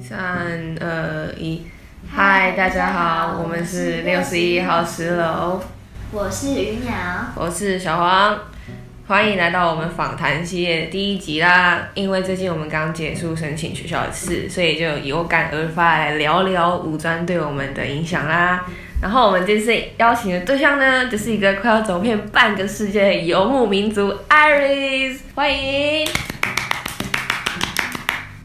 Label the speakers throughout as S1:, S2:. S1: 三二一，嗨，大家好，我们是六十一号十楼，
S2: 我是鱼鸟，
S1: 我是小黄，欢迎来到我们访谈系列的第一集啦。因为最近我们刚结束申请学校的事，所以就有感而发来聊聊五专对我们的影响啦。然后我们这次邀请的对象呢，就是一个快要走遍半个世界的游牧民族 Iris，欢迎。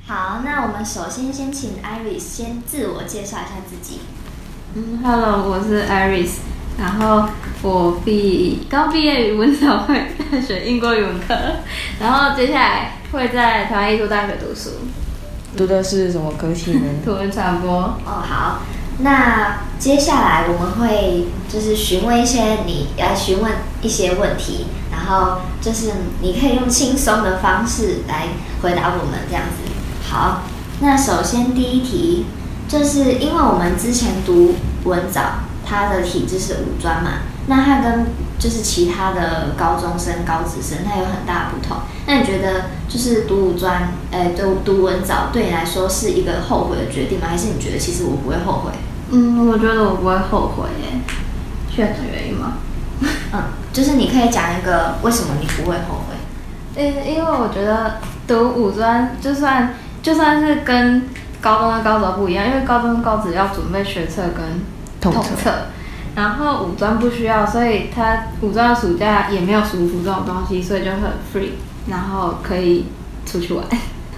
S2: 好，那我们首先先请 Iris 先自我介绍一下自己。
S3: 嗯，Hello，我是 Iris，然后我毕刚毕业于文藻会大学英国语文科，然后接下来会在台湾艺术大学读书，
S1: 读的是什么科系呢？
S3: 图文传播。
S2: 哦，好，那接下来我们会就是询问一些你来询问一些问题，然后就是你可以用轻松的方式来回答我们这样子。好，那首先第一题，就是因为我们之前读文藻，它的体制是五专嘛，那它跟就是其他的高中生、高职生，它有很大的不同。那你觉得就是读五专，呃，读读文藻对你来说是一个后悔的决定吗？还是你觉得其实我不会后悔？
S3: 嗯，我觉得我不会后悔耶，选的原因吗？
S2: 嗯，就是你可以讲一个为什么你不会后悔。
S3: 因因为我觉得读五专，就算就算是跟高中的高职不一样，因为高中高职要准备学测跟
S1: 统测
S3: 测，然后五专不需要，所以他五专的暑假也没有暑伏这种东西，所以就很 free，然后可以出去玩。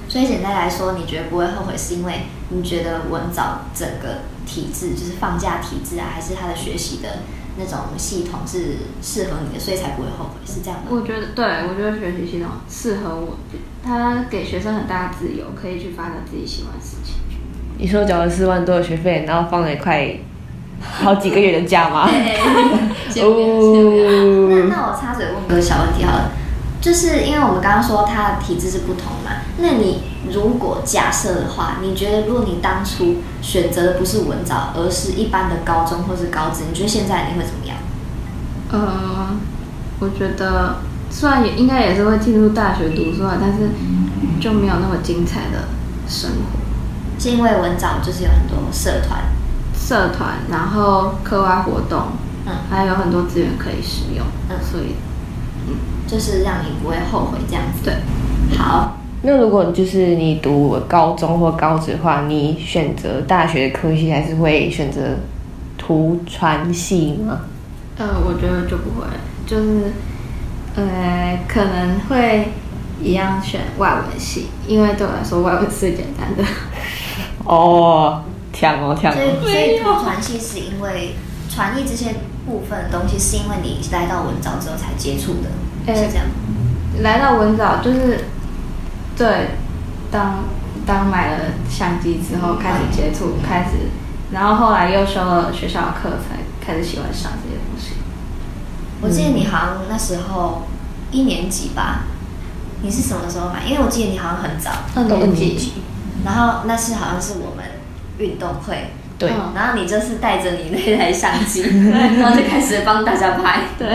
S2: 所以简单来说，你觉得不会后悔，是因为你觉得文藻整个体制，就是放假体制啊，还是他的学习的那种系统是适合你的，所以才不会后悔，是这样吗？
S3: 我觉得，对我觉得学习系统适合我，它给学生很大的自由，可以去发展自己喜欢的事情。
S1: 你说缴了四万多的学费，然后放了快好几个月的假 吗？
S3: 见不了见不了
S2: 那
S1: 哦，
S2: 那我插嘴问个小问题好了，就是因为我们刚刚说他的体制是不同嘛，那你如果假设的话，你觉得如果你当初选择的不是文藻，而是一般的高中或是高职，你觉得现在你会怎么样？
S3: 呃，我觉得虽然也应该也是会进入大学读书啊，但是就没有那么精彩的生活、
S2: 是因为文藻就是有很多社团，
S3: 社团，然后课外活动，
S2: 嗯
S3: 还有很多资源可以使用，
S2: 嗯
S3: 所以
S2: 就是让你不会后悔这样子。
S3: 对，
S2: 好，
S1: 那如果就是你读高中或高职的话，你选择大学的科系还是会选择图传系吗？
S3: 呃，我觉得就不会，就是呃，可能会一样选外文系，因为对我来说外文是最简单的。
S1: 哦，强哦强
S2: 所以
S1: 哦！
S2: 所以读传系是因为传译这些部分的东西，是因为你来到文藻之后才接触的，
S3: 哎
S2: 是这样吗。
S3: 来到文藻就是，对，当当买了相机之后开始接触，开始，然后后来又修了学校的课，才开始喜欢上这些东西。
S2: 我记
S3: 嗯
S2: 得你好像那时候一年级吧，你是什么时候买？因为我记得你好像很早，
S3: 二
S1: 年
S3: 年
S1: 级
S3: 级，
S2: 然后那是好像是我们运动会，
S1: 对，
S3: 嗯
S2: 然后你就是带着你那台相机， 然后就开始帮大家拍。
S3: 对，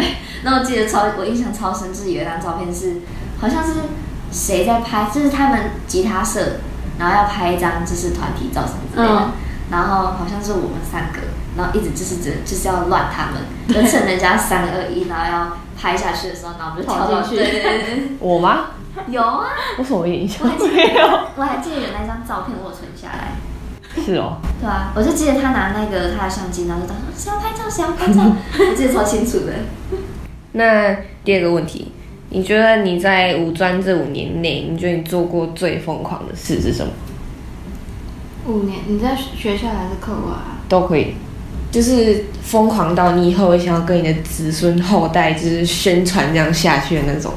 S2: 那我记得超，我印象超深，就是有一张照片是，好像是谁在拍，就是他们吉他社，然后要拍一张就是团体照什么之类的，
S3: 嗯
S2: 然后好像是我们三个，然后一直就是只就是要乱他们，就趁人家三二一，然后要拍下去的时候，然后我们就跳
S3: 跑
S2: 到
S3: 进去
S2: 对对对对，
S1: 我吗？
S2: 对有啊，
S1: 我什么印
S2: 我
S1: 象
S2: 还 记
S1: 没有？
S2: 得我还记得有那张照片，我有存下来。
S1: 是哦，
S2: 对啊，我就记得他拿那个他的相机，然后就当时谁要拍照，谁要拍照， 我记得超清楚的。
S1: 那第二个问题，你觉得你在五专这五年内，你觉得你做过最疯狂的事是什么？
S3: 五年，你在学校还是课外啊？
S1: 都可以，就是疯狂到你以后也想要跟你的子孙后代就是宣传这样下去的那种。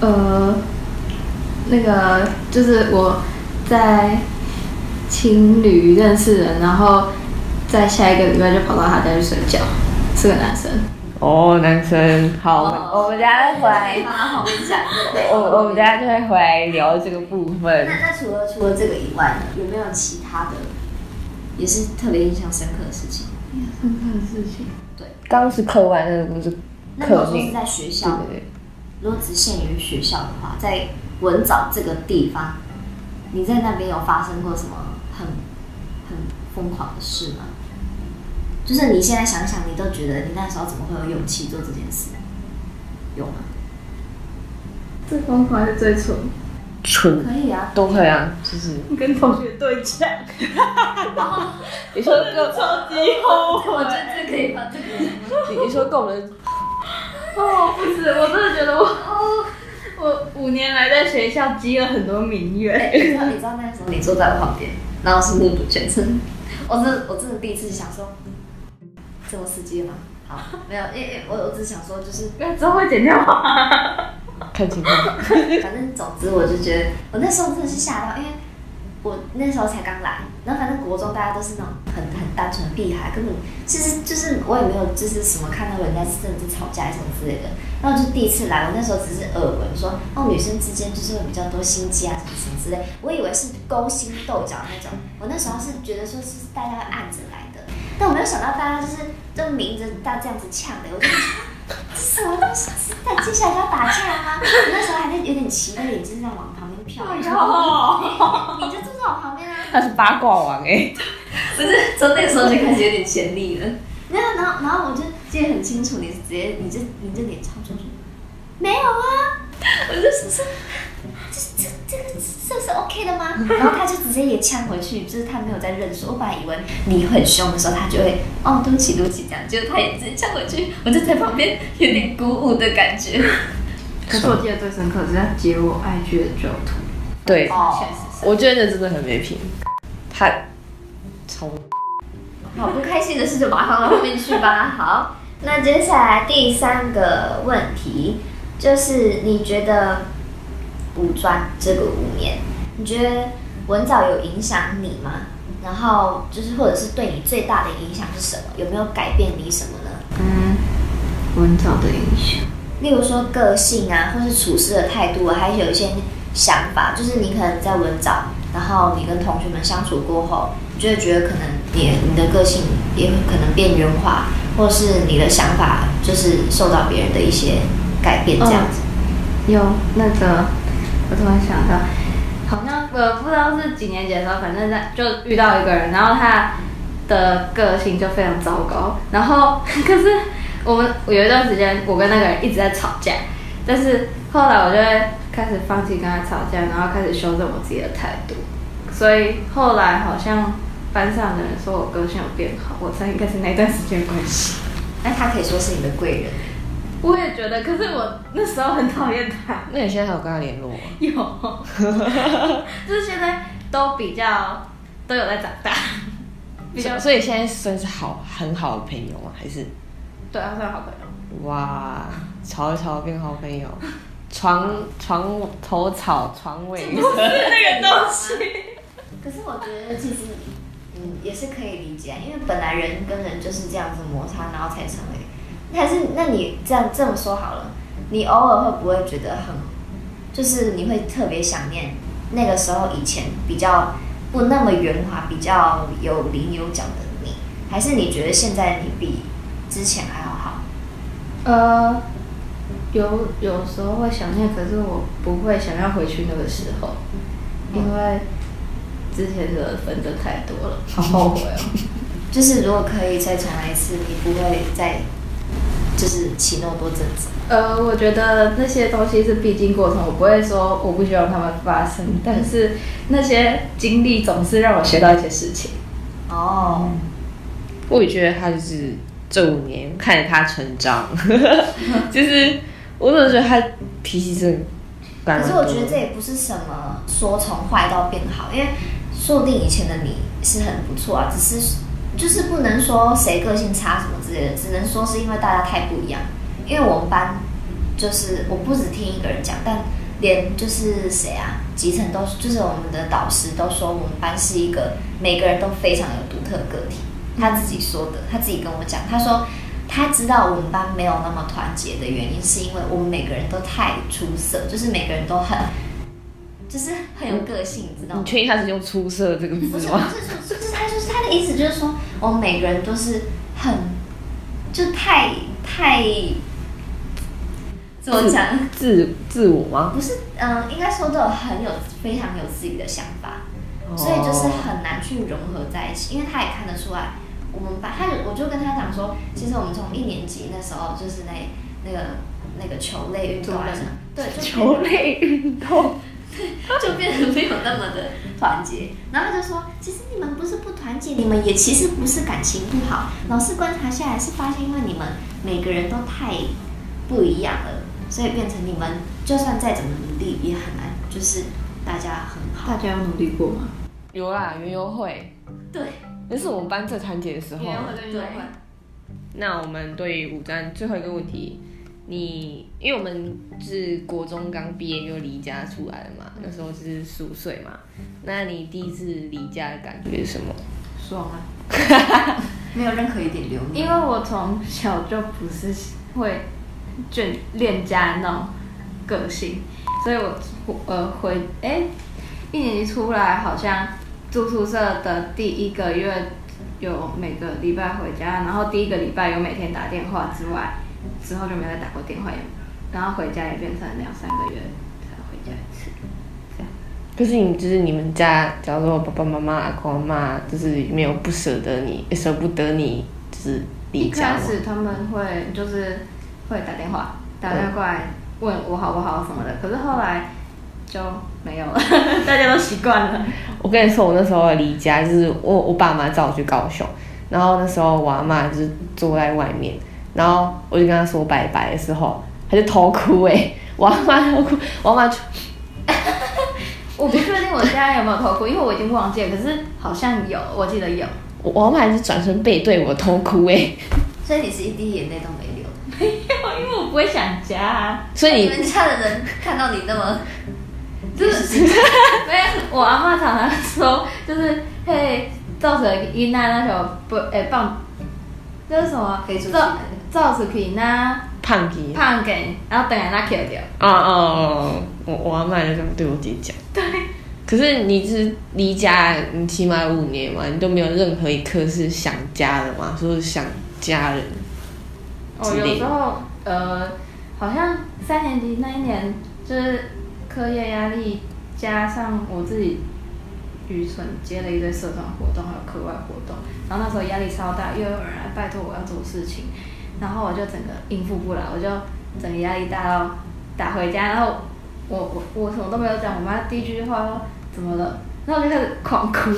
S3: 呃，那个就是我在情侣认识人，然后在下一个礼拜就跑到他家去睡觉，是个男生。
S1: 哦，男生，好，
S2: 哦
S1: 哦我们家再回来，
S2: 放到后面讲。
S1: 我我们家就会回来聊这个部分
S2: 那。那除了除了这个以外呢，有没有其他的也是特别印象深刻的事情？
S3: 深刻的事情。
S1: 刚刚是课外，那个不是
S2: 那如果
S1: 课
S2: 说是
S1: 内，
S2: 在学
S1: 对
S2: 校，
S1: 对对。
S2: 如果只限于学校的话，在文藻这个地方，你在那边有发生过什么很很疯狂的事吗？就是你现在想想，你都觉得你那时候怎么会有勇气做这件事？有吗？
S3: 最疯狂还是最蠢？
S1: 蠢
S2: 可以啊，
S1: 都可以啊，就是
S4: 跟同学对战，
S1: 你说跟
S4: 超级后
S2: 我觉得这可以吧，这个
S1: 你你说跟我们
S4: 哦，不是，我真的觉得我， 我五年来在学校积了很多名
S2: 哎
S4: 媛。
S2: 你知道，你知道那个时候你坐在我旁边，然后是目不全真，我真的我真的第一次想说，嗯这么刺激了吗？好，没有，因为我我只想说，就是
S4: 那之后会剪掉吗？
S1: 看情况，
S2: 反正总之我就觉得，我那时候真的是吓到，因为我那时候才刚来，然后反正国中大家都是那种很很单纯的屁孩，根本其实就是我也没有就是什么看到人家真的在吵架什么之类的，然后我就第一次来，我那时候只是耳闻说，哦女生之间就是会比较多心机啊什么什么之类，我以为是勾心斗角那种，我那时候是觉得说是大家会暗着来的，但我没有想到大家就是就明着大这样子呛的，我就觉得。什么东西？但接下来要打架了吗？我那时候还在有点奇怪，眼睛在往旁边瞟。你知道吗你就坐在我旁边啊！
S1: 他是八卦王哎、
S2: 不是，从那个时候就开始有点潜力了。没有，然后然后我就记得很清楚，你直接你就你就脸超出去，没有啊！我就说说这这这个这是 OK 的吗？然后他就直接也呛回去，就是他没有在认输。我本来以为你很凶的时候，他就会哦对不起对不起这样，结果他也直接呛回去，我就在旁边有点鼓舞的感觉。
S3: 可是我记得最深刻的是在截我爱剧的旧图，
S1: 对，
S2: 哦，
S1: 我觉得那真的很没品，他超
S2: 好不开心的事就把它放到后面去吧。好，那接下来第三个问题就是，你觉得五专这个五年，你觉得文藻有影响你吗？然后就是，或者是对你最大的影响是什么？有没有改变你什么呢？
S3: 嗯，文藻的影响。
S2: 例如说个性啊，或是处事的态度啊，还有一些想法，就是你可能在文藻，然后你跟同学们相处过后，你就会觉得可能你你的个性也会可能变圆滑，或是你的想法就是受到别人的一些改变这样
S3: 哦
S2: 子。
S3: 有那个，我突然想到，好像呃我不知道是几年级的时候，反正在就遇到一个人，然后他的个性就非常糟糕。然后 可是我们我有一段时间，我跟那个人一直在吵架，但是后来我就会开始放弃跟他吵架，然后开始修正我自己的态度。所以后来好像班上的人说我个性有变好，我猜应该是那段时间关系。
S2: 那他可以说是你的贵人，
S4: 我也觉得，可是我那时候很讨厌他。
S1: 那你现在还有跟他联络吗？
S4: 有， 就是现在都比较都有在长大，比较
S1: 所以现在算是好很好的朋友吗？还是
S4: 对啊，算好朋友。
S1: 哇，吵一吵变好朋友， 床床头草床尾和。
S4: 是那个东西。
S2: 可是我觉得其实嗯也是可以理解啊，因为本来人跟人就是这样子摩擦，然后才成为。还是那你这样这么说好了，你偶尔会不会觉得很，就是你会特别想念那个时候以前比较不那么圆滑、比较有棱有角的你，还是你觉得现在你比之前还要好？
S3: 呃，有有时候会想念，可是我不会想要回去那个时候，
S4: 嗯
S3: 因为之前的纷争太多了， 好后悔哦。
S2: 就是如果可以再重来一次，你不会再就是起那么多争执。
S3: 呃，我觉得那些东西是必经过程，我不会说我不希望它们发生，但是那些经历总是让我学到一些事情。
S2: 哦，
S1: 我也觉得他就是这五年看着他成长， 就是我总觉得他脾气真的改蛮
S2: 可是
S1: 多
S2: 我
S1: 的。
S2: 觉得这也不是什么说从坏到变好，因为说不定以前的你是很不错啊，只是就是不能说谁个性差什么之类的，只能说是因为大家太不一样。因为我们班就是我不只听一个人讲，但连就是谁啊，集成都就是我们的导师都说我们班是一个每个人都非常有独特的个体。他自己说的，他自己跟我讲，他说他知道我们班没有那么团结的原因，是因为我们每个人都太出色，就是每个人都很，就是很有个性，你知道吗
S1: 你？确定他是用“出色”这个
S2: 不是，
S1: 字
S2: 不
S1: 吗？
S2: 是，就是就是他就是他的意思，就是说我们每个人都是很，就太太自我讲，
S1: 自自我吗？
S2: 不是，嗯、应该说都有很有非常有自己的想法，
S1: 哦
S2: 所以就是很难去融合在一起，因为他也看得出来，我们班他就我就跟他讲说，其实我们从一年级那时候就是那那个那个球类运动啊什么，对，就
S1: 球类 运动，
S2: 就变得没有那么的团结。然后他就说，其实你们不是不团结，你们也其实不是感情不好。老师观察下来是发现，因为你们每个人都太不一样了，所以变成你们就算再怎么努力，也很难就是大家很好。
S5: 大家有努力过吗？
S1: 有啦，园游会，
S2: 对，
S1: 那是我们班最团结的时候。
S3: 对
S2: 对，
S1: 那我们对于五专最后一个问题，你因为我们是国中刚毕业就离家出来了嘛，那时候就是十五岁嘛，那你第一次离家的感觉是什么？
S5: 爽啊！没有任何一点留
S3: 因为我从小就不是会眷恋家那种个性，所以我呃回哎、一年级出来好像住宿舍的第一个月有每个礼拜回家，然后第一个礼拜有每天打电话之外，之后就没再打过电话，也然后回家也变成两三个月才回家一次。
S1: 就是你，就是你们家，假如说爸爸妈妈、阿公阿妈，就是没有不舍得你，舍不得你，就是离
S3: 一
S1: 家
S3: 开
S1: 吗？
S3: 始他们会就是会打电话，打电话过来问我好不好什么的，可是后来就没有了， 大家都习惯了。
S1: 我跟你说，我那时候离家就是我我爸妈叫我去高雄，然后那时候我阿妈就是坐在外面，然后我就跟她说拜拜的时候，她就偷哭哎、欸， 我阿妈偷哭，我阿妈就
S3: 我不确定我现在有没有偷哭，因为我已经忘记了，可是好像有，我记得有。
S1: 我我阿妈还是转身背对我偷哭哎、欸，
S2: 所以你是一滴眼泪都没流。
S3: 因为我不会想家、啊，
S1: 所以
S2: 你
S1: 你
S2: 们家的人看到你那么，
S3: 就是 没有。我阿妈常常说，就是嘿，造成伊娜那首不诶棒，那是什么？
S2: 可以出去
S3: 造造出去那
S1: 胖皮啊
S3: 胖给，然后等下那 Q 掉。
S1: 啊啊！我我阿妈就这样对我姐讲，对，可是你就是离家，你起码有五年嘛，你都没有任何一刻是想家的嘛，说是想家人，
S3: 哦，有时候呃，好像三年级那一年就是课业压力加上我自己愚蠢接了一堆社团活动还有课外活动，然后那时候压力超大，又有人来拜托我要做事情，然后我就整个应付不来，我就整个压力大到打回家，然后我我我什么都没有讲，我妈第一句话说怎么了，然后我就开始狂哭。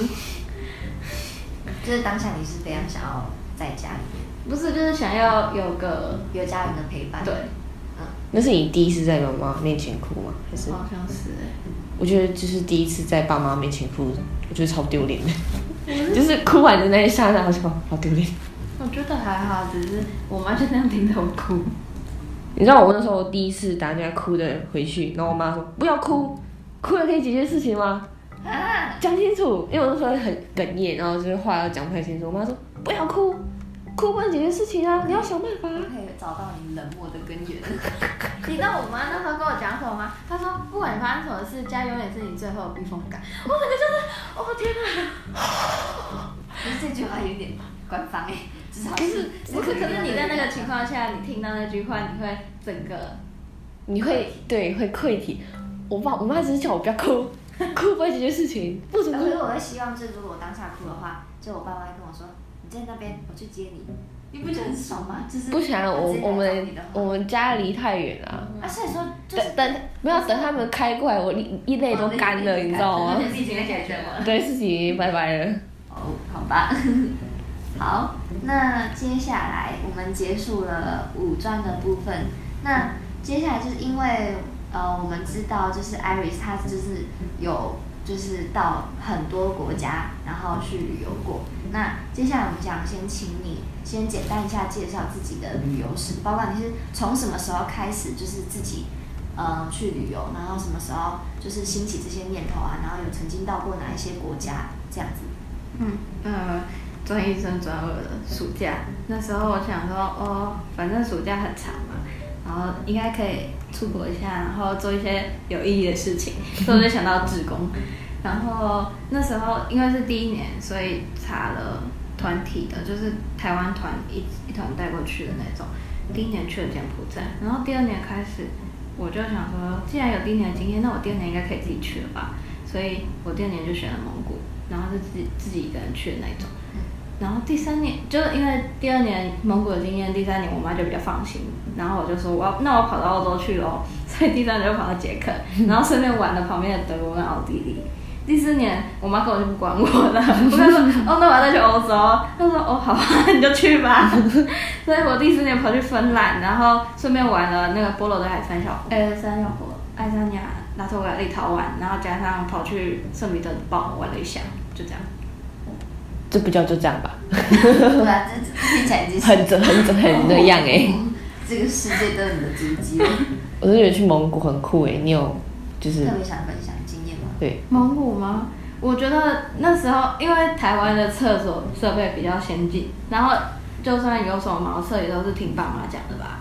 S2: 就是当下你是非常想要在家里面
S3: 不是，就是想要有个
S2: 有家人的陪伴。
S3: 对，，
S1: 那是你第一次在妈妈面前哭吗？还是？
S3: 好像是欸
S1: 我觉得就是第一次在爸妈面前哭，我觉得超丢脸的， 就是哭完的那一刹那，我就哦好丢脸。
S3: 我觉得还好，只是我妈就那样盯着我哭。
S1: 你知道我那时候第一次打电话哭的回去，然后我妈说不要哭，哭了可以解决事情吗？
S2: 啊，
S1: 讲清楚，因为我那时候很哽咽，然后就是话要讲不太清楚。我妈说不要哭，哭不能解决事情啊，你要想办法啊。
S2: 可以找到你冷漠的根源。
S3: 你知道我妈那时候跟我讲什么吗？她说不管发生什么事，家永远是你最后的避风港。我整个就是，哦天哪！
S2: 可是这句话有点官方哎、欸，至少
S3: 可是可是可是你在那个情况下，你听到那句话，你会整个
S1: 你会对会愧体。我爸我妈只是叫我不要哭， 哭不会解决事情，不准
S2: 可
S1: 哭
S2: 是。我会希望，就是如果我当下哭的话，就我爸妈会跟我说：“你在那边，我去接你。”你不觉得很爽吗？就是
S1: 不行啊，我
S2: 直接
S1: 我
S2: 来找
S1: 们
S2: 你的话
S1: 我们家离太远了、啊。
S2: 啊，所以说就是
S1: 等等，没有等他们开过来，我一一泪都干了，你知道吗？
S2: 事情解决了。
S1: 对，事情拜拜了。
S2: 哦，好吧。 好，那接下来我们结束了五专的部分。那接下来就是因为呃，我们知道就是 Iris 她就是呃有就是到很多国家，然后去旅游过。那接下来我们想先请你先简单一下介绍自己的旅游史，包括你是从什么时候开始就是自己呃去旅游，然后什么时候就是兴起这些念头啊，然后有曾经到过哪一些国家这样子。
S3: 嗯呃，转一升转二的暑假，那时候我想说，哦，反正暑假很长嘛，然后应该可以出国一下，然后做一些有意义的事情，所以我就想到志工。然后那时候因为是第一年，所以查了团体的，就是台湾团一一团带过去的那种。第一年去了柬埔寨，然后第二年开始，我就想说，既然有第一年的经验，那我第二年应该可以自己去了吧？所以我第二年就选了蒙古，然后是自己自己一个人去的那一种。然后第三年，就是因为第二年蒙古的经验，第三年我妈就比较放心，然后我就说我要，那我跑到澳洲去喽，所以第三年就跑到捷克，然后顺便玩了旁边的德国跟奥地利。第四年，我妈根本就不管我了， 我跟她说，哦，那我要再去欧洲，她说，哦，好啊，你就去吧。 所以我第四年跑去芬兰，然后顺便玩了那个波罗的海三小国，呃，三小国，爱沙尼亚、拉脱维亚、立陶宛，然后加上跑去圣彼得堡玩了一下，就这样。
S1: 这不叫就这样吧，
S2: 对啊，这这听起来就是
S1: 很整很整很那样哎、
S2: 这个世界都有你的足迹了，
S1: 我是觉得去蒙古很酷哎、你有 就是
S2: 特别想分享经验吗？
S1: 对
S3: 蒙古吗？我觉得那时候因为台湾的厕所设备比较先进，然后就算有手茅厕也都是听爸妈讲的吧。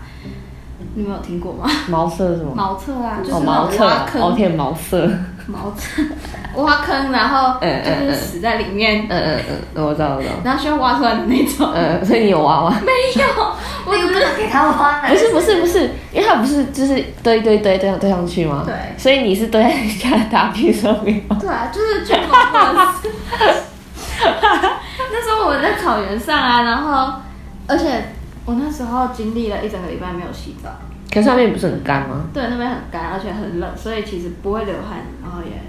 S3: 你们有听过吗？
S1: 毛色是什么？
S3: 茅厕啊，就是
S1: 哦，
S3: 那
S1: 毛
S3: 种
S1: 色
S3: 挖
S1: 啊，哦
S3: 坑，
S1: 天，毛色，
S3: 茅厕 挖坑，然后
S1: 嗯嗯
S3: 就是
S1: 嗯
S3: 死在里面，
S1: 嗯嗯嗯嗯，我知道我知道，
S3: 然后需要挖出来的那种。
S1: 嗯，所以你有娃娃？
S3: 没有，我
S2: 那个
S3: 只
S2: 不
S3: 是
S2: 能给他挖
S1: 不
S2: 呢，
S1: 是不是不是，因为它不是就是堆堆堆堆上堆上去吗？
S3: 对
S1: 所以你是堆在人家的大屁上面吗？
S3: 对啊，就是去蒙古的时候 那时候我在草原上啊，然后而且我那时候经历了一整个礼拜没有洗澡，
S1: 可是上面不是很干吗？
S3: 对，那边很干，而且很冷，所以其实不会流汗，然后也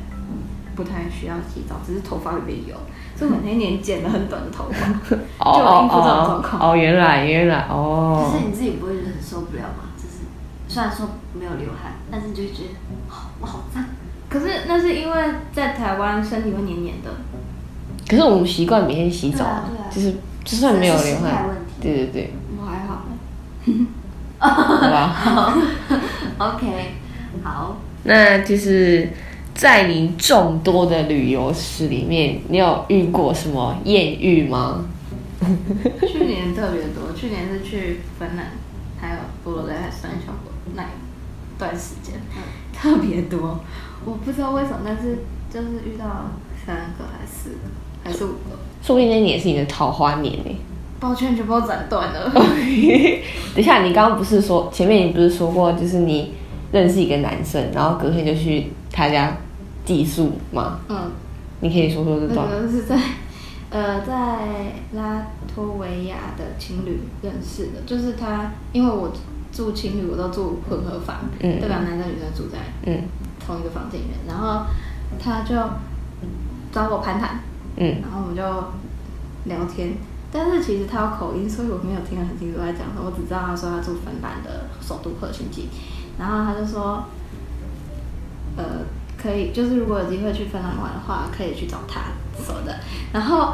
S3: 不太需要洗澡，只是头发会变油。所以我那一年剪了很短的头发，
S1: 哦
S3: 就有应付这种
S1: 哦
S3: 状
S1: 哦
S3: 况
S1: 哦，原来原来哦
S2: 可，是你自己不会觉得很受不了吗？就是虽然说没有流汗，但是你就会觉得哦我好 脏，
S3: 可是那是因为在台湾身体会黏黏的，
S1: 可是我们习惯每天洗澡啊
S2: 对啊对啊
S1: 就是就算没有
S2: 这是
S1: 流
S2: 心态
S1: 汗
S2: 问，题。
S1: 对对对，
S3: 我还好。
S1: 好吧。
S2: OK，好，
S1: 那就是在你众多的旅游史里面，你有遇过什么艳遇吗？
S3: 去年特别多，去年是去芬兰，还有波罗的海三小国那一段时间、特别多。我不知道为什么，但是就是遇到三个还是四个还是五个，
S1: 说不定那年是你的桃花年呢、
S3: 抱歉，全部都斩断了。
S1: 等一下，你刚刚不是说前面你不是说过，就是你认识一个男生，然后隔天就去他家寄宿吗？
S3: 嗯，
S1: 你可以说说这
S3: 那
S1: 段。
S3: 个是在呃在拉脱维亚的情侣认识的，就是他因为我住情侣，我都住混合房，
S1: 嗯
S3: 代表男生女生住在
S1: 嗯
S3: 同一个房间里面，然后他就找我攀谈。
S1: 嗯，
S3: 然后我们就聊天，但是其实他有口音，所以我没有听得很清楚他讲什么，我只知道他说他住芬兰的首都赫辛基，然后他就说，呃，可以，就是如果有机会去芬兰玩的话，可以去找他什么的，然后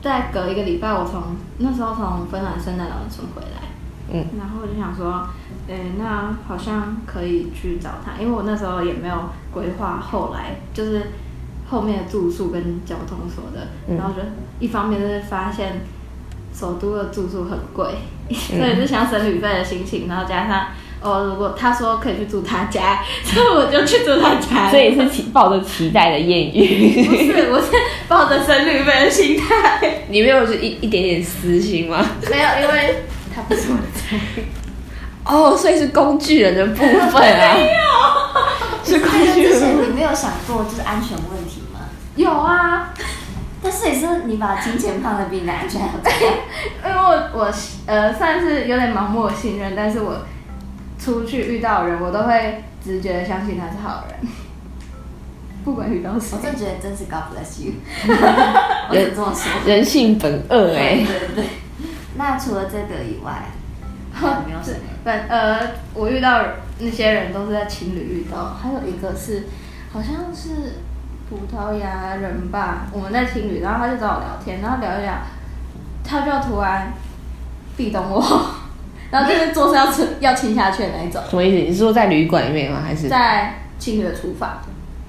S3: 再隔一个礼拜，我从那时候从芬兰圣诞老人村回来，
S1: 嗯，
S3: 然后我就想说。诶，那好像可以去找他，因为我那时候也没有规划后来就是后面的住宿跟交通什么的，
S1: 嗯
S3: 然后就一方面就是发现首都的住宿很贵，
S1: 嗯
S3: 所以就想省旅费的心情，然后加上哦，如果他说可以去住他家， 所以我就去住他家
S1: 嗯
S3: 了。
S1: 所以是期抱着期待的艳遇，
S3: 不是，我是抱着省旅费的心态，
S1: 你没有就一一点点私心吗？
S3: 没有，因为他不是我的菜。
S1: 哦，所以是工具人的部分啊，是工
S2: 那
S1: 具人
S2: 之前你没有想过就是安全问题吗？
S3: 有啊，
S2: 但是也是你把金钱放的比你的安全还要高。
S3: 因为我我呃算是有点盲目的信任，但是我出去遇到人，我都会直觉的相信他是好人， 不管遇到谁
S2: 我。真的觉得真是 God bless you，我只能这么说。
S1: 人性本恶哎、
S2: 对对对。那除了这个以外， 还有没有什么？
S3: 本呃，我遇到那些人都是在情侣遇到，还有一个是好像是葡萄牙人吧，我们在情侣，然后他就找我聊天，然后聊一聊，他就突然壁咚我， 然后就是桌上要吃要亲下去的那一种，
S1: 什么意思？你是说在旅馆里面吗？还是
S3: 在情侣的厨房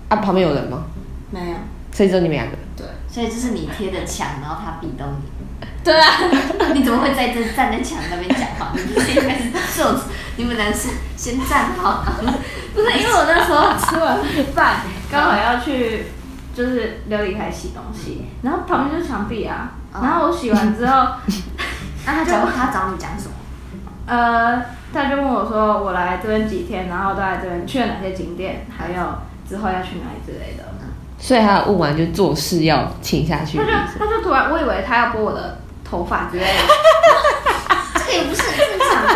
S1: 啊旁边有人吗？
S3: 没有，
S1: 所以只有你们两个？
S3: 对
S2: 所以就是你贴着墙，然后他壁咚你。
S3: 对啊，
S2: 你怎么会在这站在墙那边讲话？你不是应该是坐着，你们男生先站好，然后
S3: 不是因为我那时候吃完饭，刚好要去就是琉璃台洗东西，然后旁边就是墙壁啊，然后我洗完之后。啊
S2: 那他讲他找你讲什么？
S3: 呃，他就问我说我来这边几天，然后都来这边去了哪些景点，还有之后要去哪里之类的。
S1: 所以他问完就做事要请下去
S3: 他
S1: 的
S3: 就
S1: 意思。
S3: 他就突然，我以为他要拨我的头发之类的，
S2: 这个也不是很正常吧？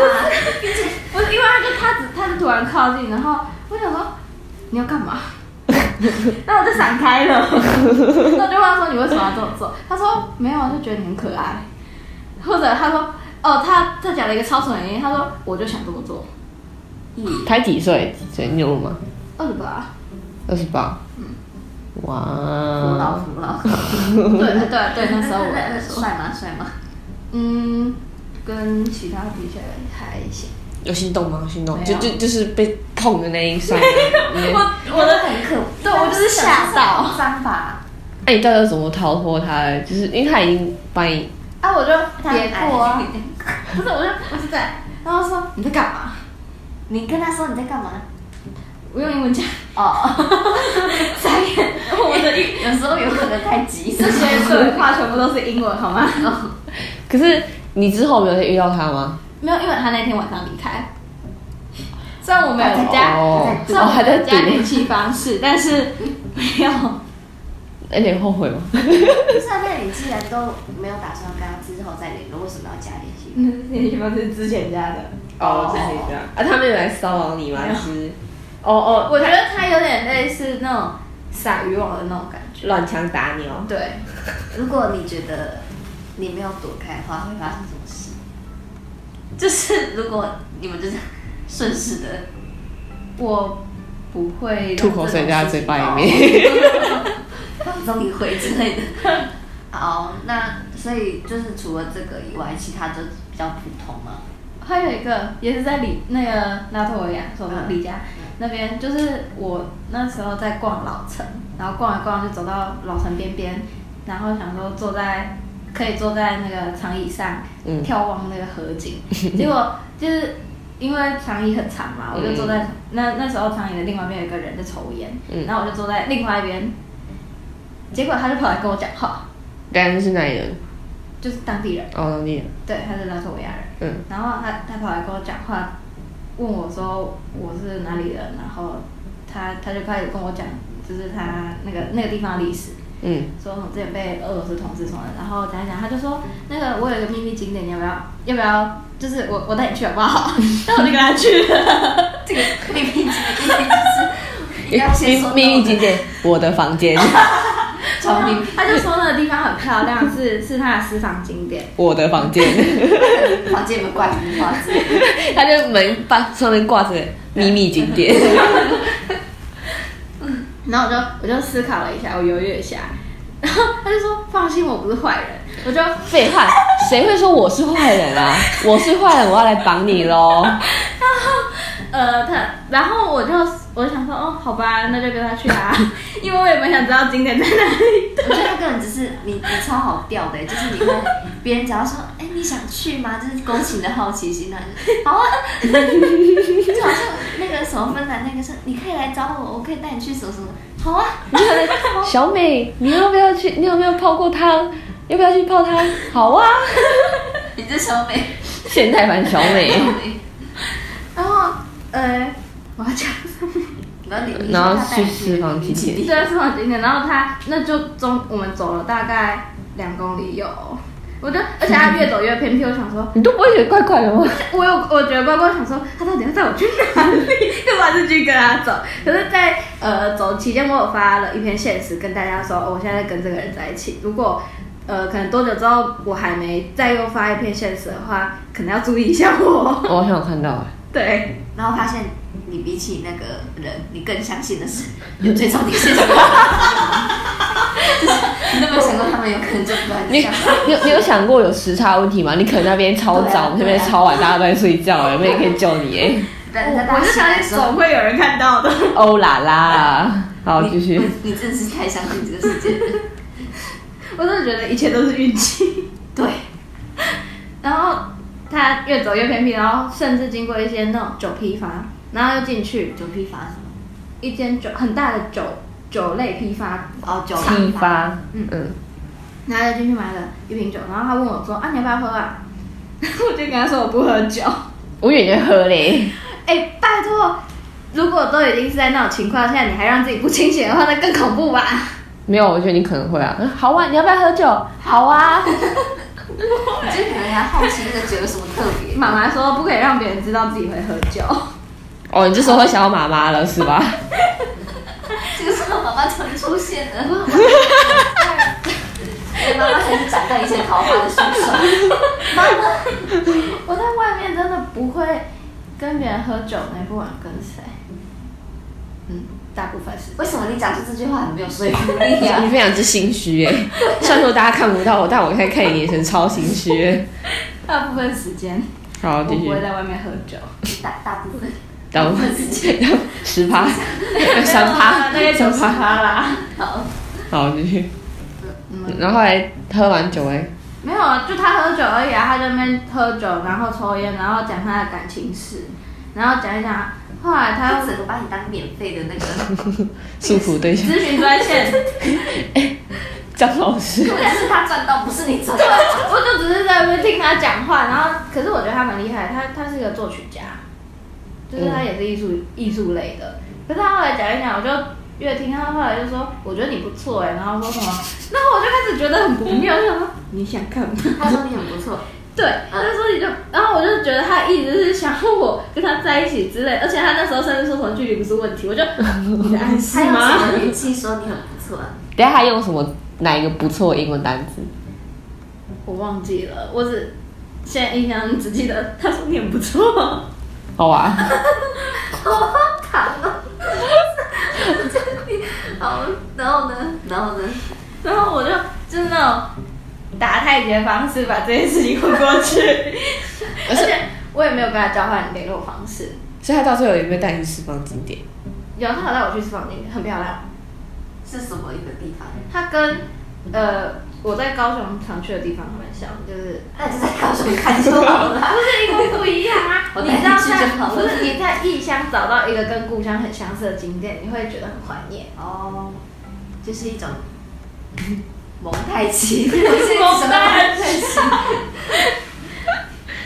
S3: 不是因为他就他只他就突然靠近，然后我想说你要干嘛？ 那我就闪开 了。那我就问他说你为什么要这么做？他说没有，啊，就觉得你很可爱。或者他说哦，他他讲了一个超蠢的原因，他说我就想这么做。咦，
S1: 他几岁？几岁？你有问吗？
S3: 二十八，
S1: 二十八。
S3: 服
S1: 哇
S3: 老，服老。嗯对对对，那时候我
S2: 那
S3: 在
S2: 那
S3: 说，
S2: 帅吗？帅吗？
S3: 嗯，跟其他比起来还行。
S1: 有心动吗？心动
S3: 没
S1: 就
S3: 有
S1: 就就是被碰的那一瞬间。
S3: 我
S2: 我的很可，
S3: 对我就是吓到
S2: 方法，
S1: 那你到底要怎么逃脱他的？就是因为他已经把你
S3: 啊，我就
S2: 他
S3: 别
S2: 很
S3: 过啊
S2: 矮，
S3: 不是，我就我就在，然后说你在干嘛？
S2: 你跟他说你在干嘛？
S3: 我用英文 讲，
S2: 哦，傻眼，我的语有时候有可能太急，
S3: 这些对话全部都是英文，好吗？
S1: 可是你之后没有再遇到他吗？
S3: 哦没有，因为他那天晚上离开，虽然我 没有
S2: 他在
S3: 加，
S1: 哦，
S3: 虽
S1: 哦
S3: 然
S1: 还
S3: 我
S1: 在
S3: 有加联
S1: 赌，
S3: 系方式，但是没有。
S1: 那你后悔吗？
S2: 不是啊，那你既然都没有打算跟他之后再联络，为什么要加联系？
S3: 联系方式之前加的，
S1: 哦，像你这样啊？他们有来骚扰你吗？就是哦哦，
S3: 我觉得他有点类似那种撒渔网的那种感觉。
S1: 乱枪打你哦。
S3: 对，
S2: 如果你觉得你没有躲开的话，会发生什么事？就是如果你们就是顺势的，
S3: 我不会
S1: 吐口水在他嘴巴里面。
S2: 送你回之类的。好，那所以就是除了这个以外，其他就比较普通嘛。
S3: 还有一个也是在里那个拉脱维亚，说
S2: 嗯
S3: 李家、那边，就是我那时候在逛老城，然后逛一逛就走到老城边边，然后想说坐在可以坐在那个长椅上、
S1: 嗯
S3: 眺望那个河 景，结果就是因为长椅很长嘛，我就坐在、那那时候长椅的另外一边有一个人在抽烟，
S1: 嗯
S3: 然后我就坐在另外一边，结果他就跑来跟我讲话，
S1: 当然是哪里人？
S3: 就是当地人，
S1: 哦，当地人。
S3: 对，他是拉脱维亚人。
S1: 嗯，
S3: 然后他他跑来跟我讲话，问我说我是哪里人，然后他他就开始跟我讲，就是他那个那个地方的历史，
S1: 嗯，
S3: 说我之前被俄罗斯统治什么的，然后讲一讲，他就说那个我有一个秘密景点，你要不要要不要？就是我我带你去好不好？ 那我就跟他去了。
S2: 这个 秘密基地就是要先说
S1: 秘密景点，我的房 间，
S2: 聪明，
S3: 他就说那个地方很漂亮，是是他的私房景点。
S1: 我的房间，
S2: 房间里面挂名花之类的
S1: 他就门把上面挂着秘密景 点。
S3: 然后我就我就思考了一下，我犹豫了一下，然后他就说放心，我不是坏人。我就
S1: 废话，谁会说我是坏人啊？我是坏人，我要来绑你喽！
S3: 呃，他，然后我就我就想说，哦，好吧，那就跟他去啊， 因为我也蛮想知道景点在哪里的。
S2: 我觉得那个人只是你，你超好钓的、欸就是你会别人只要说，哎、你想去吗？就是勾起你的好奇心，那就好啊，就好像那个什么芬兰那个说，你可以来找我，我可以带你去什么什么，好啊，
S1: 小美，你要不要去？你有没有泡过汤？要不要去泡汤？好啊！
S2: 你这小美，
S1: 现代版小美，
S3: 然后，呃，我要讲什么？
S2: 然后你，你
S1: 然后
S2: 说他带你
S1: 去私房景点
S2: 你
S3: 对，是往景点，然后他那就中我们走了大概两公里有，我就而且他越走越偏僻，我想说，
S1: 你都不会觉得怪怪的吗？
S3: 我有我觉得乖乖想说，他到底要带我去哪里？干嘛就去跟他走？可是在，呃走期间，我有发了一篇现实跟大家说，哦我现在在跟这个人在一起。如果呃可能多久之后我还没再又发一篇现实的话，可能要注意一下我。
S1: 我好像有看到，啊
S3: 对，
S2: 然后发现你比起那个人，你更相信的是有追踪你现实。 就是你有没有想过他们有可能就不爱
S1: 你
S2: 你这样？
S1: 你有你有想过有时差问题吗？你可能那边超
S2: 对啊
S1: 早，我们这边
S2: 对啊
S1: 超晚，大家都在睡觉了，没人可以救你哎。
S2: 但在
S3: 我
S2: 大
S3: 我
S2: 家
S3: 就
S2: 醒
S3: 相
S2: 来
S3: 信
S2: 的时候
S3: 总会有人看到的。
S1: 欧啦啦，好继续。
S2: 你真的是太相信这个世界了。
S3: 我真的觉得一切都是运气。
S2: 对，
S3: 然后他越走越偏僻，然后甚至经过一些那种酒批发，然后又进去
S2: 酒批发什么？
S3: 一间酒很大的酒酒类批发
S2: 哦，酒
S1: 批发，
S3: 嗯
S1: 嗯，
S3: 然后就 进去买了一瓶酒，然后他问我说：“啊，你要不要喝啊？”我就跟他说我不喝酒，
S1: 我以为你会喝嘞。
S3: 哎、拜托，如果都已经是在那种情况下，你还让自己不清醒的话，那更恐怖吧？
S1: 没有，我觉得你可能会啊。好啊，你要不要喝酒？好啊。
S2: 你就可能还好奇的觉得有什么特别。
S3: 妈妈说不可以让别人知道自己会喝酒，
S1: 哦，你这时候会想到妈妈了是吧？
S2: 这个时候妈妈突然出现了， 妈妈才是斩断一切桃花的凶手。妈妈，
S3: 我在外面真的不会跟别人喝酒呢，不管跟谁。嗯，大部分是。
S2: 为什么你讲出这句话很没有说服力
S1: 你
S2: 啊？
S1: 非常之心虚哎。虽然说大家看不到我，但我现在看你眼神超心虚欸。
S3: 大部分时间
S1: 好，
S3: 我
S1: 继
S3: 不
S1: 续
S3: 会。在外面喝酒，
S2: 大大部分
S1: 等十趴，三趴，
S3: 大概九
S1: 三
S3: 十
S1: 趴。
S3: 趴啦。
S2: 好，
S1: 好，继续。然后后来喝完酒哎，
S3: 没有，啊，就他喝酒而已啊，他在那边喝酒，然后抽烟，然后讲他的感情事，然后讲一讲，后来他
S2: 他
S3: 又
S2: 整个把你当免费的那个，
S1: 诉苦对象
S3: 咨询专线，
S1: 张老师。
S2: 重点是他赚到，不是你赚
S3: 对，
S2: 到。
S3: 我就只是在那边听他讲话，然后可是我觉得他蛮厉害，他他是一个作曲家，就是他也是艺术艺术类的，可是他后来讲一讲，我就。越听他后来就说，我觉得你不错哎、然后说什么， 然后我就开始觉得很不妙，就想说你想干嘛？
S2: 他说你很不错，
S3: 对，他就说你就，然后我就觉得他一直是想要我跟他在一起之类，而且他那时候甚至说什么距离不是问题，我就 你的暗示
S2: 他用什
S3: 吗？
S2: 么语气说你很不错啊？
S1: 等一下他用什么哪一个不错的英文单词？
S3: 我忘记了，我只现在印象只记得他说你很不错，
S1: 好啊吧，
S2: 好卡啊！好，然后呢？然后呢？
S3: 然后我就就是那种打太极的方式把这件事情混过去， 而且我也没有跟他交换联络方式，
S1: 所以他到最后有没有带你去释放经典？
S3: 有他有带我去吃房间，很漂亮。
S2: 是什么一个地方？
S3: 他跟呃我在高雄常去的地方蛮像，就是
S2: 那你就在高雄看就好了。
S3: 不是因为不一样啊
S2: ！我
S3: 你知道
S2: 带你去就
S3: 在
S2: 好了
S3: 不是你在异乡找到一个跟故乡很相似的景点，你会觉得很怀念。
S2: 哦，就是 一种蒙太奇，不
S3: 是
S2: 是
S3: 蒙
S2: 什么
S3: 太
S2: 奇。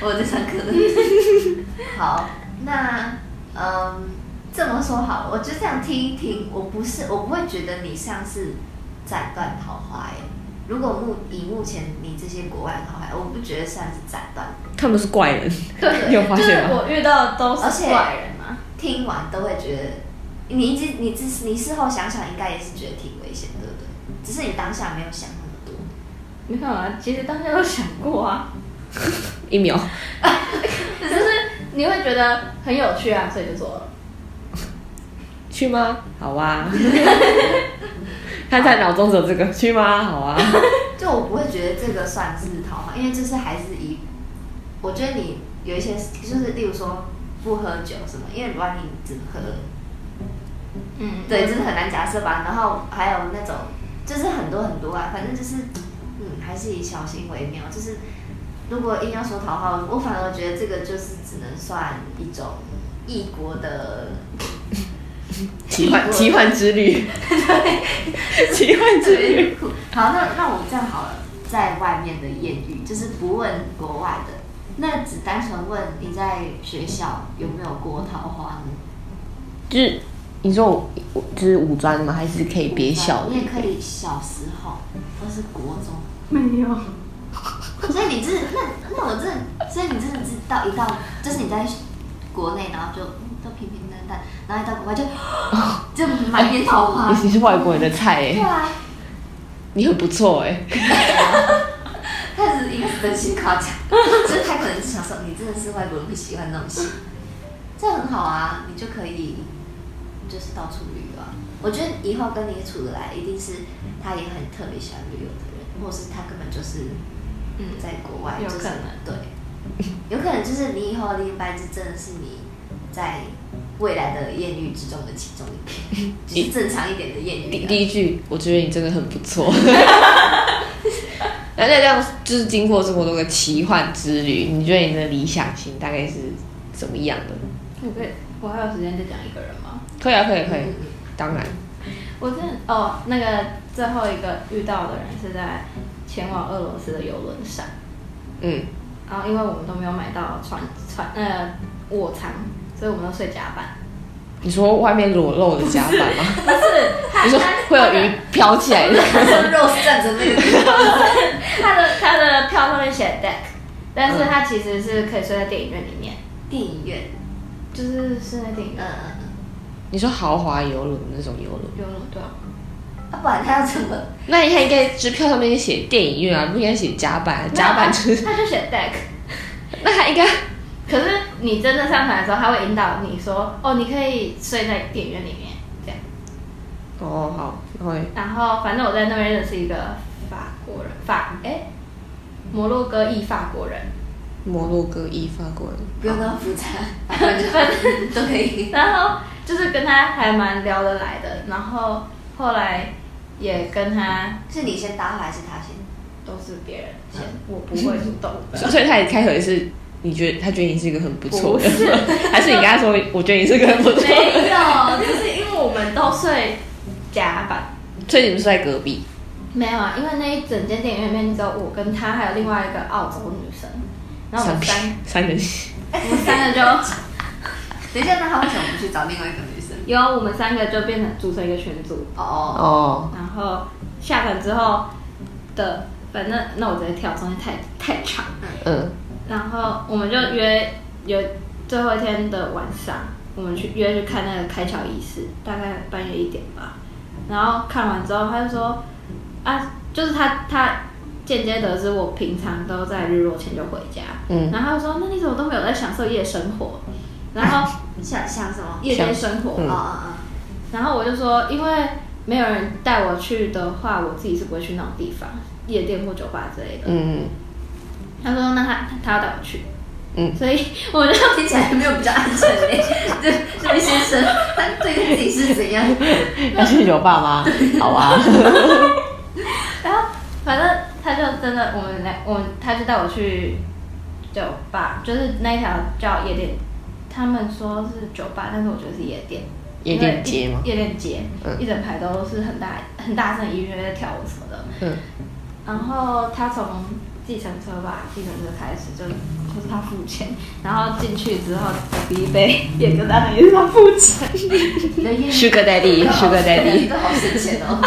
S2: 我在上课的。 好，那嗯，这么说好了，我就这样听一听，我不是我不会觉得你像是斩断桃花耶。如果目以目前你这些国外的桃花，我不觉得像是斩断，
S1: 他们是怪人，
S3: 对，
S1: 你有发
S3: 就是
S1: 现吗？
S3: 我遇到的都
S2: 而
S3: 是啊
S2: 且
S3: 怪人嘛。
S2: 听完都会觉得，你一直你自你事后想想，应该也是觉得挺危险，对不对？只是你当下没有想那么多。
S3: 没有啊，其实大家都想过啊，
S1: 一秒，
S3: 就是你会觉得很有趣啊，所以就做了。
S1: 去吗？好啊。 他在脑中只有这个，去吗？好啊。
S2: 就我不会觉得这个算是桃花，因为就是还是以，我觉得你有一些就是例如说不喝酒什么，因为如果你只喝，
S3: 嗯，
S2: 对，真的很难假设吧。然后还有那种就是很多很多啊，反正就是嗯，还是以小心为妙。就是如果硬要说桃花，我反而觉得这个就是只能算一种异国的
S1: 奇 幻奇幻之旅，奇幻之旅。
S2: 酷。 好，那那我这样好了，在外面的艳遇就是不问国外的，那只单纯问你在学校有没有过桃花呢？
S1: 就是你说我我就是五专吗？还是可以别小
S2: 你也可以小时候，或是国中。
S3: 没有。
S2: 所以你就是那那我真的，所以你真的知道一到就是你在国内，然后就、嗯、都平平淡淡，然后一到国外就 就满眼桃花
S1: 你。你是外国人的菜哎、
S2: 对啊，
S1: 你很不错哎、
S2: 开始一个真心夸奖，就是他可能是想说你真的是外国人会喜欢那种戏，这很好啊，你就可以就是到处旅游啊。我觉得以后跟你处得来，一定是他也很特别喜欢旅游的人，或是他根本就是
S3: 嗯
S2: 在国外，
S3: 有
S2: 就是
S3: 可能
S2: 对，有可能就是你以后的另一半是真的是你在未来的艳遇之中的其中一 个，就是正常一点的艳
S1: 第
S2: 遇、啊。
S1: 第一句，我觉得你真的很不错。 那再这样，就是经过这么多个奇幻之旅，你觉得你的理想型大概是怎么样的？嗯
S3: 我可以，我还有时间再讲一个人吗？
S1: 可以啊，可以，可以，当然。
S3: 我真的哦，那个最后一个遇到的人是在前往俄罗斯的游轮上，
S1: 嗯，
S3: 然后因为我们都没有买到船船呃卧舱，所以我们都睡甲板。
S1: 你说外面裸露的甲板 吗？
S3: 不是，他
S1: 你说会有鱼飘起来的？
S2: 肉是站着那个地方，
S3: 他的他的票上面写 deck，但是它其实是可以睡在电影院里面，
S2: 电影院，
S3: 就是室内电影院
S2: 嗯。
S1: 你说豪华游轮那种游轮？
S3: 有那对啊，
S2: 啊，不然他要怎么？
S1: 那你看，应该支票上面写电影院啊，不应该写甲板。甲板就是，
S3: 他就写 deck。
S1: 那他应该
S3: 可是你真正上船的时候，他会引导你说，哦，你可以睡在电影院里面这样。
S1: 哦好，然后嘞
S3: 然后反正我在那边认识一个法国人，法哎，摩洛哥裔法国人。
S1: 摩洛哥裔法国人，
S2: 不用那么复杂，反正就都可以。
S3: 然后就是跟他还蛮聊得来的，然后后来也跟他
S2: 是你先搭话还是他先？
S3: 都是别人先，我不会主动的。
S1: 所所以他一开头也是，你觉得他觉得你是一个很不错的
S3: 不是，
S1: 还是你跟他说，我觉得你是个很不错
S3: 没
S1: 的，
S3: 有，就是因为我们都睡甲板。
S1: 所以你们是在隔壁。
S3: 没有啊，因为那一整间电影院里面只有我跟他，还有另外一个澳洲女生，然后我
S1: 三
S3: 们
S1: 个
S3: 三，
S1: 三人，
S3: 我们三个就
S2: 等一下，那他为什么不去找另外一个女生？
S3: 有啊我们三个就变成组成一个群组，
S2: 哦，
S1: 哦，
S3: 然后下船之后的，反正那我直接跳，中间太太长，
S1: 嗯，
S3: 然后我们就约有最后一天的晚上，我们去约去看那个开窍仪式，大概半夜一点吧。然后看完之后，他就说啊，就是他他间接得知我平常都在日落前就回家，
S1: 嗯
S3: 然后他就说那你怎么都没有在享受夜生活？然后
S2: 想想什么？
S3: 夜间生活，
S1: 嗯
S2: 哦哦
S3: 然后我就说因为没有人带我去的话，我自己是不会去那种地方，夜店或酒吧之类的。
S1: 嗯
S3: 他说那他他要带我去，
S1: 嗯
S3: 所以我就
S2: 哦，听起来 没有比较安全嘞。对，这位先生，他对自己是怎样？
S1: 嗯，要去酒吧吗？好啊，
S3: 然后反正他就真的，我们来，我们他就带我去酒吧，就是那一条叫夜店，他们说是酒吧，但是我觉得是夜店。
S1: 夜店街吗
S3: 因为一夜店街，
S1: 嗯
S3: 一整排都是很大很大声的音乐在跳舞什么的。
S1: 嗯，
S3: 然后他从计程车吧，计程车开始就就是他付钱，然后进去之后，我第一杯也跟他们也是他付 钱。
S2: 你的夜
S1: Sugar Daddy，Sugar
S2: 你
S1: Daddy，
S2: 都好省钱哦。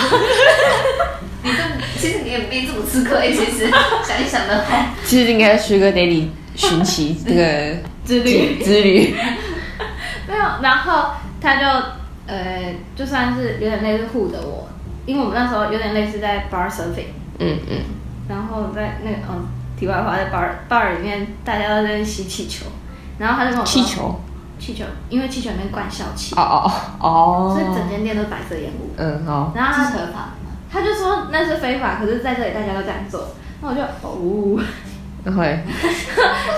S2: 你都其实你也没怎么吃亏，其实想一想的话，
S1: 其实应该是 Sugar Daddy 寻 奇这个之旅 之旅，
S3: 没有，然后他就呃，就算是有点类似护着我，因为我们那时候有点类似在 bar surfing，
S1: 嗯嗯，
S3: 然后在那个嗯、题外话，在 bar bar 里面大家都在那边吸气球，然后他就跟我说
S1: 气球，
S3: 气球，因为气球里面灌笑气，
S1: 哦哦
S3: 所以整
S1: 哦，
S3: 间店都是白色烟雾。
S1: 嗯好，
S3: 然后
S2: 是
S3: 他
S2: 合法的吗？
S3: 他就说那是非法，可是在这里大家都这样做，那我就哦，
S1: 然后嘞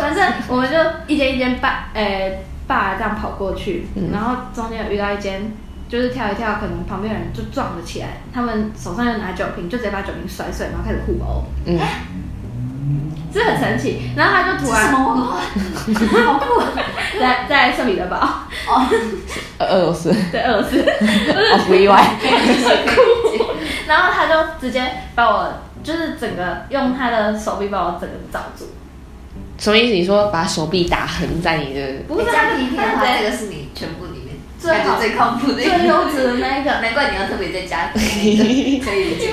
S3: 反正我们就一间一间爸，诶、爸这样跑过去，
S2: 嗯
S3: 然后中间有遇到一间，就是跳一跳，可能旁边有人就撞了起来，他们手上就拿酒瓶，就直接把酒瓶摔碎，然后开始互殴，
S1: 嗯，
S3: 这很神奇。然后他就突
S2: 嗯什
S3: 然
S2: 么文化？好酷啊！
S3: 在在圣彼得堡，
S2: 哦，
S1: 俄俄罗斯，
S3: 对俄罗 斯，
S1: 哦不意外，
S3: 然后他就直接把我就是整个用他的手臂把我整个罩住，
S1: 什么意思？你说把手臂打横在你的，
S3: 不是
S2: 这
S3: 他
S2: 样
S3: 就
S2: 听一听的
S3: 他
S2: 话，这
S3: 直
S2: 个是你全部里面
S3: 最
S2: 感
S3: 好
S2: 觉最靠谱的一
S3: 接
S2: 个，
S3: 最优质的那 一个。
S2: 难怪你要特别在家听那个，可以理解。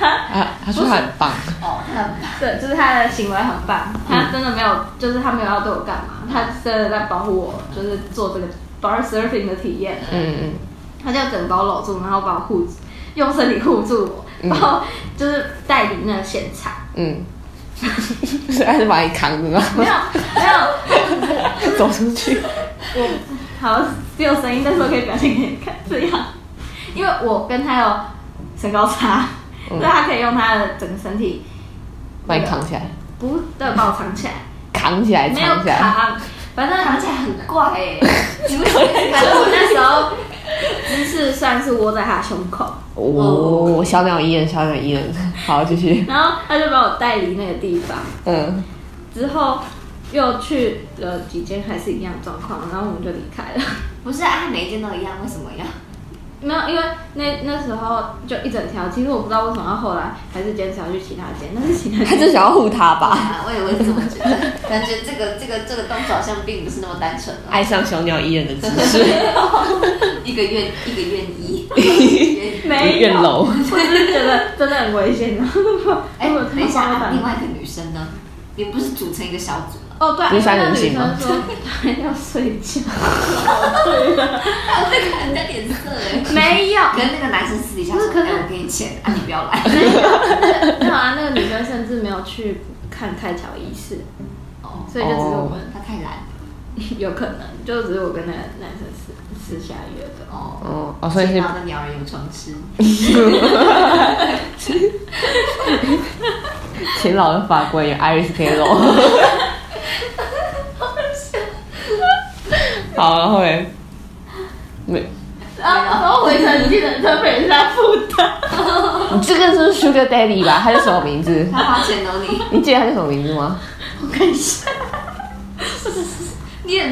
S1: 啊，他说他很棒，
S2: 哦，他很棒
S3: 对，就是他的行为很棒，
S1: 嗯
S3: 他真的没有，就是他没有要对我干嘛，他真的在保护我，就是做这个 bar surfing 的体验，
S1: 嗯嗯，
S3: 他就整个把我搂住，然后把我护，用身体护住我，然后就是带领那个现场，
S1: 嗯，所以他是把你扛着，然后
S3: 没有没有，
S1: 走出去。
S3: 好，只有声音，但是我可以表现给你看，这样，因为我跟他有身高差，所以他可以用他的整个身体，
S1: 把你嗯扛起来，
S3: 不对，把我藏起来，
S1: 扛起来，
S3: 没有
S1: 扛起来，
S3: 卡，反 正
S2: 看起来很怪哎，你为什么
S3: 反正我那时候姿势算是窝在他胸口，
S1: 哦，小鸟依人，小鸟依人，好，继续，
S3: 然后他就把我带离那个地方，
S1: 嗯，
S3: 之后又去了几间还是一样的状况，然后我们就离开了。
S2: 不是啊，每一件都一样，为什么要？
S3: 没有，因为那那时候就一整条，其实我不知道为什么后来还是坚持要去其他间，但是其他
S1: 他
S3: 间
S1: 就想要护他吧，
S2: 啊，我也会这么觉得，感觉这个这个这个动作好像并不是那么单纯哦。
S1: 爱上小鸟依人的姿势，
S2: 一个愿一个愿意，愿意
S3: 没
S1: 院
S3: 有，
S1: 楼。
S3: 我只是觉得真的很危险。啊然后如果
S2: 哎，
S3: 如果
S2: 等一下，
S3: 他
S2: 啊
S3: 们
S2: 另外一个女生呢？你们不是组成一个小组了？
S3: 哦对啊，
S1: 不是三
S3: 那
S1: 人
S3: 女
S1: 行吗
S3: 生说她要睡觉，
S2: 啊，会看人家脸色哎。
S3: 没有，
S2: 跟那个男生私底下说，
S3: 不是可是
S2: 哎我给你钱，啊，你不要来。
S3: 没有啊，那个女生甚至没有去看开桥仪式，
S2: 哦，
S3: 所以就只是我们、
S2: 他太懒。
S3: 有可能，就只是我跟那个男生私私下约的。
S2: 哦，
S1: 哦哦，所以是
S2: 拿的鸟儿有虫吃。
S1: 勤劳的法国人 Iris k l o 好，然后嘞，没，
S3: 啊，然后回程记得车费是他付 的，
S1: 你这个是 Sugar Daddy 吧？他叫什么名字？
S2: 他花钱哦你，
S1: 你记得他叫什么名字吗？
S2: 我看一下。 你很，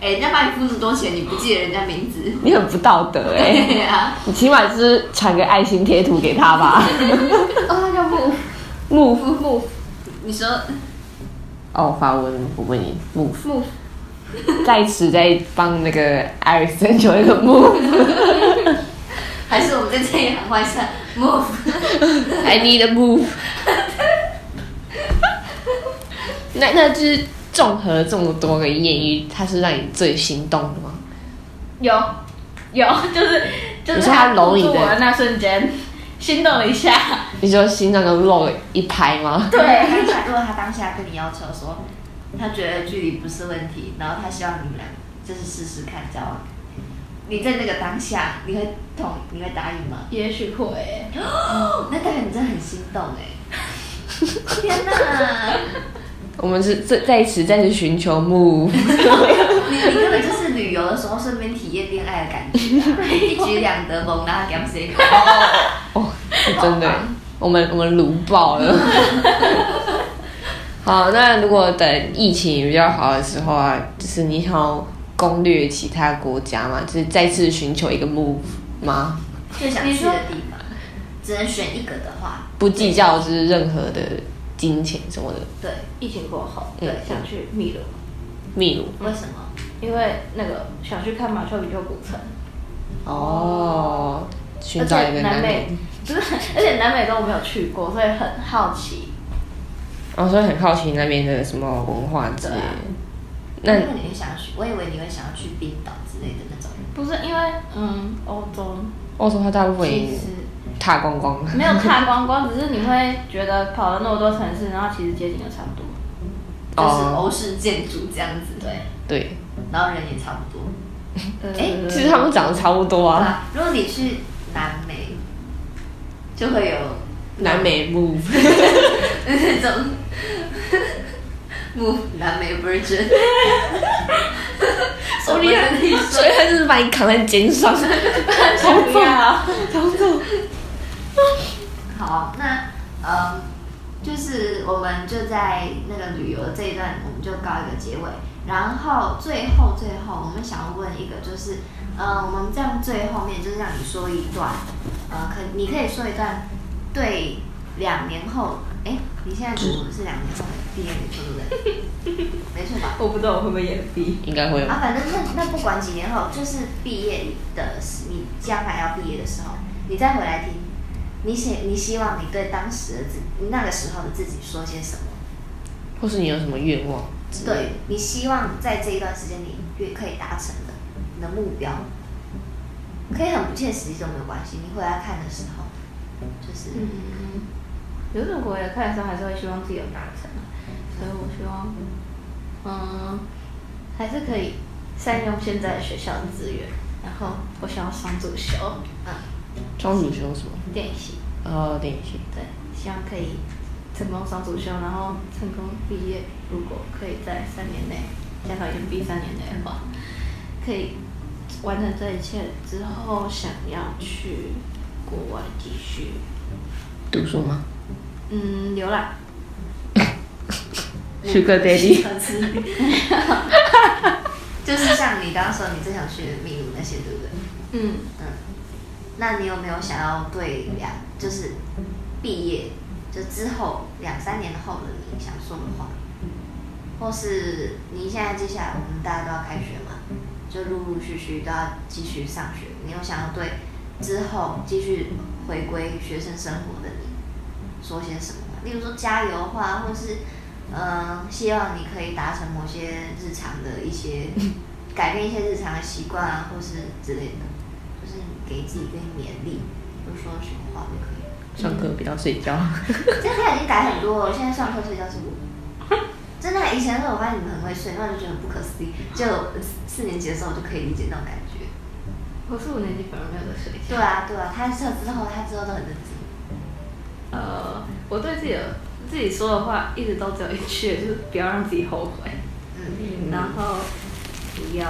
S2: 哎，人家帮你付那么多钱，你不记得人家名字？
S1: 你很不道德哎、
S2: 对 啊，
S1: 你起码就是传个爱心贴图给他吧。
S2: 哦，要不
S1: 木
S2: 不不，你说
S1: 哦，法文我问你木木，在此在帮那个 Iris 征求一个木。
S2: 还是我们在这里喊坏算 move？
S1: I need a move 那那就是综合这么多个艳遇，它是让你最心动的吗？
S3: 有有，就是就是
S1: 你说他搂你的
S3: 住我的那瞬间，心动了一下，
S1: 你就心脏就漏了一拍吗？
S3: 对。
S2: 如果他当下跟你要求说，他觉得距离不是问题，然后他希望你们俩就是试试看交往，你在那个当下，你会同你会答 应吗？
S3: 也许会欸、
S2: 哦，那代表你真的很心动哎！天哪，
S1: 我们是在在此再次寻求 move，
S2: 你你根本就是旅游的时候顺便体验恋爱的感觉、 啊，一举两得，猛拿 g a m s i
S1: 哦是真的，我们我们撸爆 了。好，那如果等疫情比较好的时候啊，就是你想要攻略其他国家嘛，就是再次寻求一个 move 吗？
S2: 最想去的地方，只能选一个的话，
S1: 不计较就是任何的金钱什么的。
S2: 对，
S3: 疫情过后，
S1: 嗯
S3: 对，想去秘鲁，
S1: 秘鲁
S2: 为什么？
S3: 因为那个想去看马丘比丘古城，
S1: 哦，寻
S3: 而
S1: 找
S3: 且
S1: 一个
S3: 南
S1: 男
S3: 美
S1: 人，，
S3: 不是，而且南美洲我没有去过，所以很好奇。
S1: 然哦后所以很好奇那边的什么文化之类的。那
S3: 啊
S2: 因为你会想要去，我以为你会想要去冰岛之类的那种。
S3: 不是因为嗯，欧洲
S1: 欧洲它大部分已
S3: 其
S1: 经
S3: 实
S1: 踏光光了，
S3: 没有踏光光，只是你会觉得跑了那么多城市，然后其实街景都差不多。
S2: 就是
S1: 哦
S2: 欧式建筑这样子，对，
S1: 对，
S2: 然后人也差不多。
S3: 哎
S1: 其实他们长得差不多啊。
S2: 啊，如果你去南美，就会有
S1: 南 美 move，
S2: 那种 move 南美 virgin，我
S1: 哦
S2: 厉害你
S1: 所以他就是把你扛在肩上。
S3: 不啊要，
S2: 好，那嗯，就是我们就在那个旅游这一段，我们就告一个结尾。然后最后最后，我们想要问一个，就是呃，我们这样最后面就是让你说一段，呃，可你可以说一段对两年后，哎，你现在读是两年后毕业没错对不对？没错吧？
S3: 我不知道我会不会眼闭。
S1: 应该会吧
S2: 啊，反正那那不管几年后，就是毕业的时，你将来要毕业的时候，你再回来听，你写你希望你对当时的自你那个时候的自己说些什么？
S1: 或是你有什么愿望？
S2: 对你希望在这一段时间里越可以达成的你的目标，可以很不切实际都没有关系。你回来看的时候，就是、
S3: 嗯，有种国也看的时候，还是会希望自己有达成，啊所以我希望，嗯，还是可以善用现在学校的资源。然后我想要双主修
S2: 嗯
S1: 双主修什么？
S3: 电影系，
S1: 哦，电影系。
S3: 对，希望可以成功双主修，然后成功毕业。如果可以在三年内，加上延毕三年内的话，可以完成这一切之后，想要去国外继续
S1: 读书吗
S3: 嗯浏览。
S2: 嗯
S1: ？Sugar Daddy，
S2: 就是像你刚刚说你最想去秘鲁那些，对不对？
S3: 嗯
S2: 嗯，那你有没有想要对两就是毕业就之后两三年后的你想说的话？或是你现在接下来我们大家都要开学嘛，就陆陆续续都要继续上学，你有想要对之后继续回归学生生活的你说些什么吗？例如说加油话，或是嗯、呃希望你可以达成某些日常的一些改变一些日常的习惯啊，或是之类的，就是给自己一个勉励，就说什么话都可以。
S1: 上课不要睡觉。
S2: 这他已经改很多了，我现在上课睡觉是我。真的，以前的时候我发现你们很会睡，那我就觉得很不可思议。就四年级的时候，我就可以理解那种感觉。
S3: 我是五年级反而没有在睡觉。
S2: 对啊，对啊，他这之后，他之后都很认真。
S3: 呃，我对自己的自己说的话一直都只有一句，就是不要让自己后悔，
S2: 嗯，
S3: 然后不要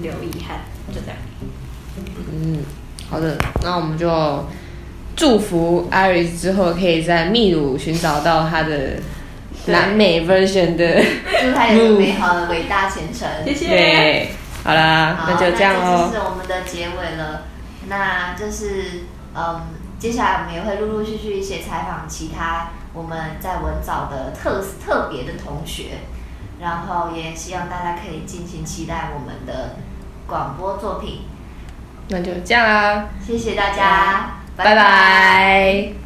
S3: 留遗憾，就这样。
S1: 嗯，好的，那我们就祝福 Iris 之后可以在秘鲁寻找到她的南美 version 的。
S2: 祝他有个美好的伟大前程。
S3: 嗯谢谢。
S1: 对，好啦，
S2: 好，
S1: 那就这样
S2: 那这
S1: 哦
S2: 就。是我们的结尾了。那就是嗯，接下来我们也会陆陆续续一些采访其他我们在文藻的特特别的同学，然后也希望大家可以尽情期待我们的广播作品。
S1: 那就这样啦，
S2: 谢谢大家，
S1: 拜拜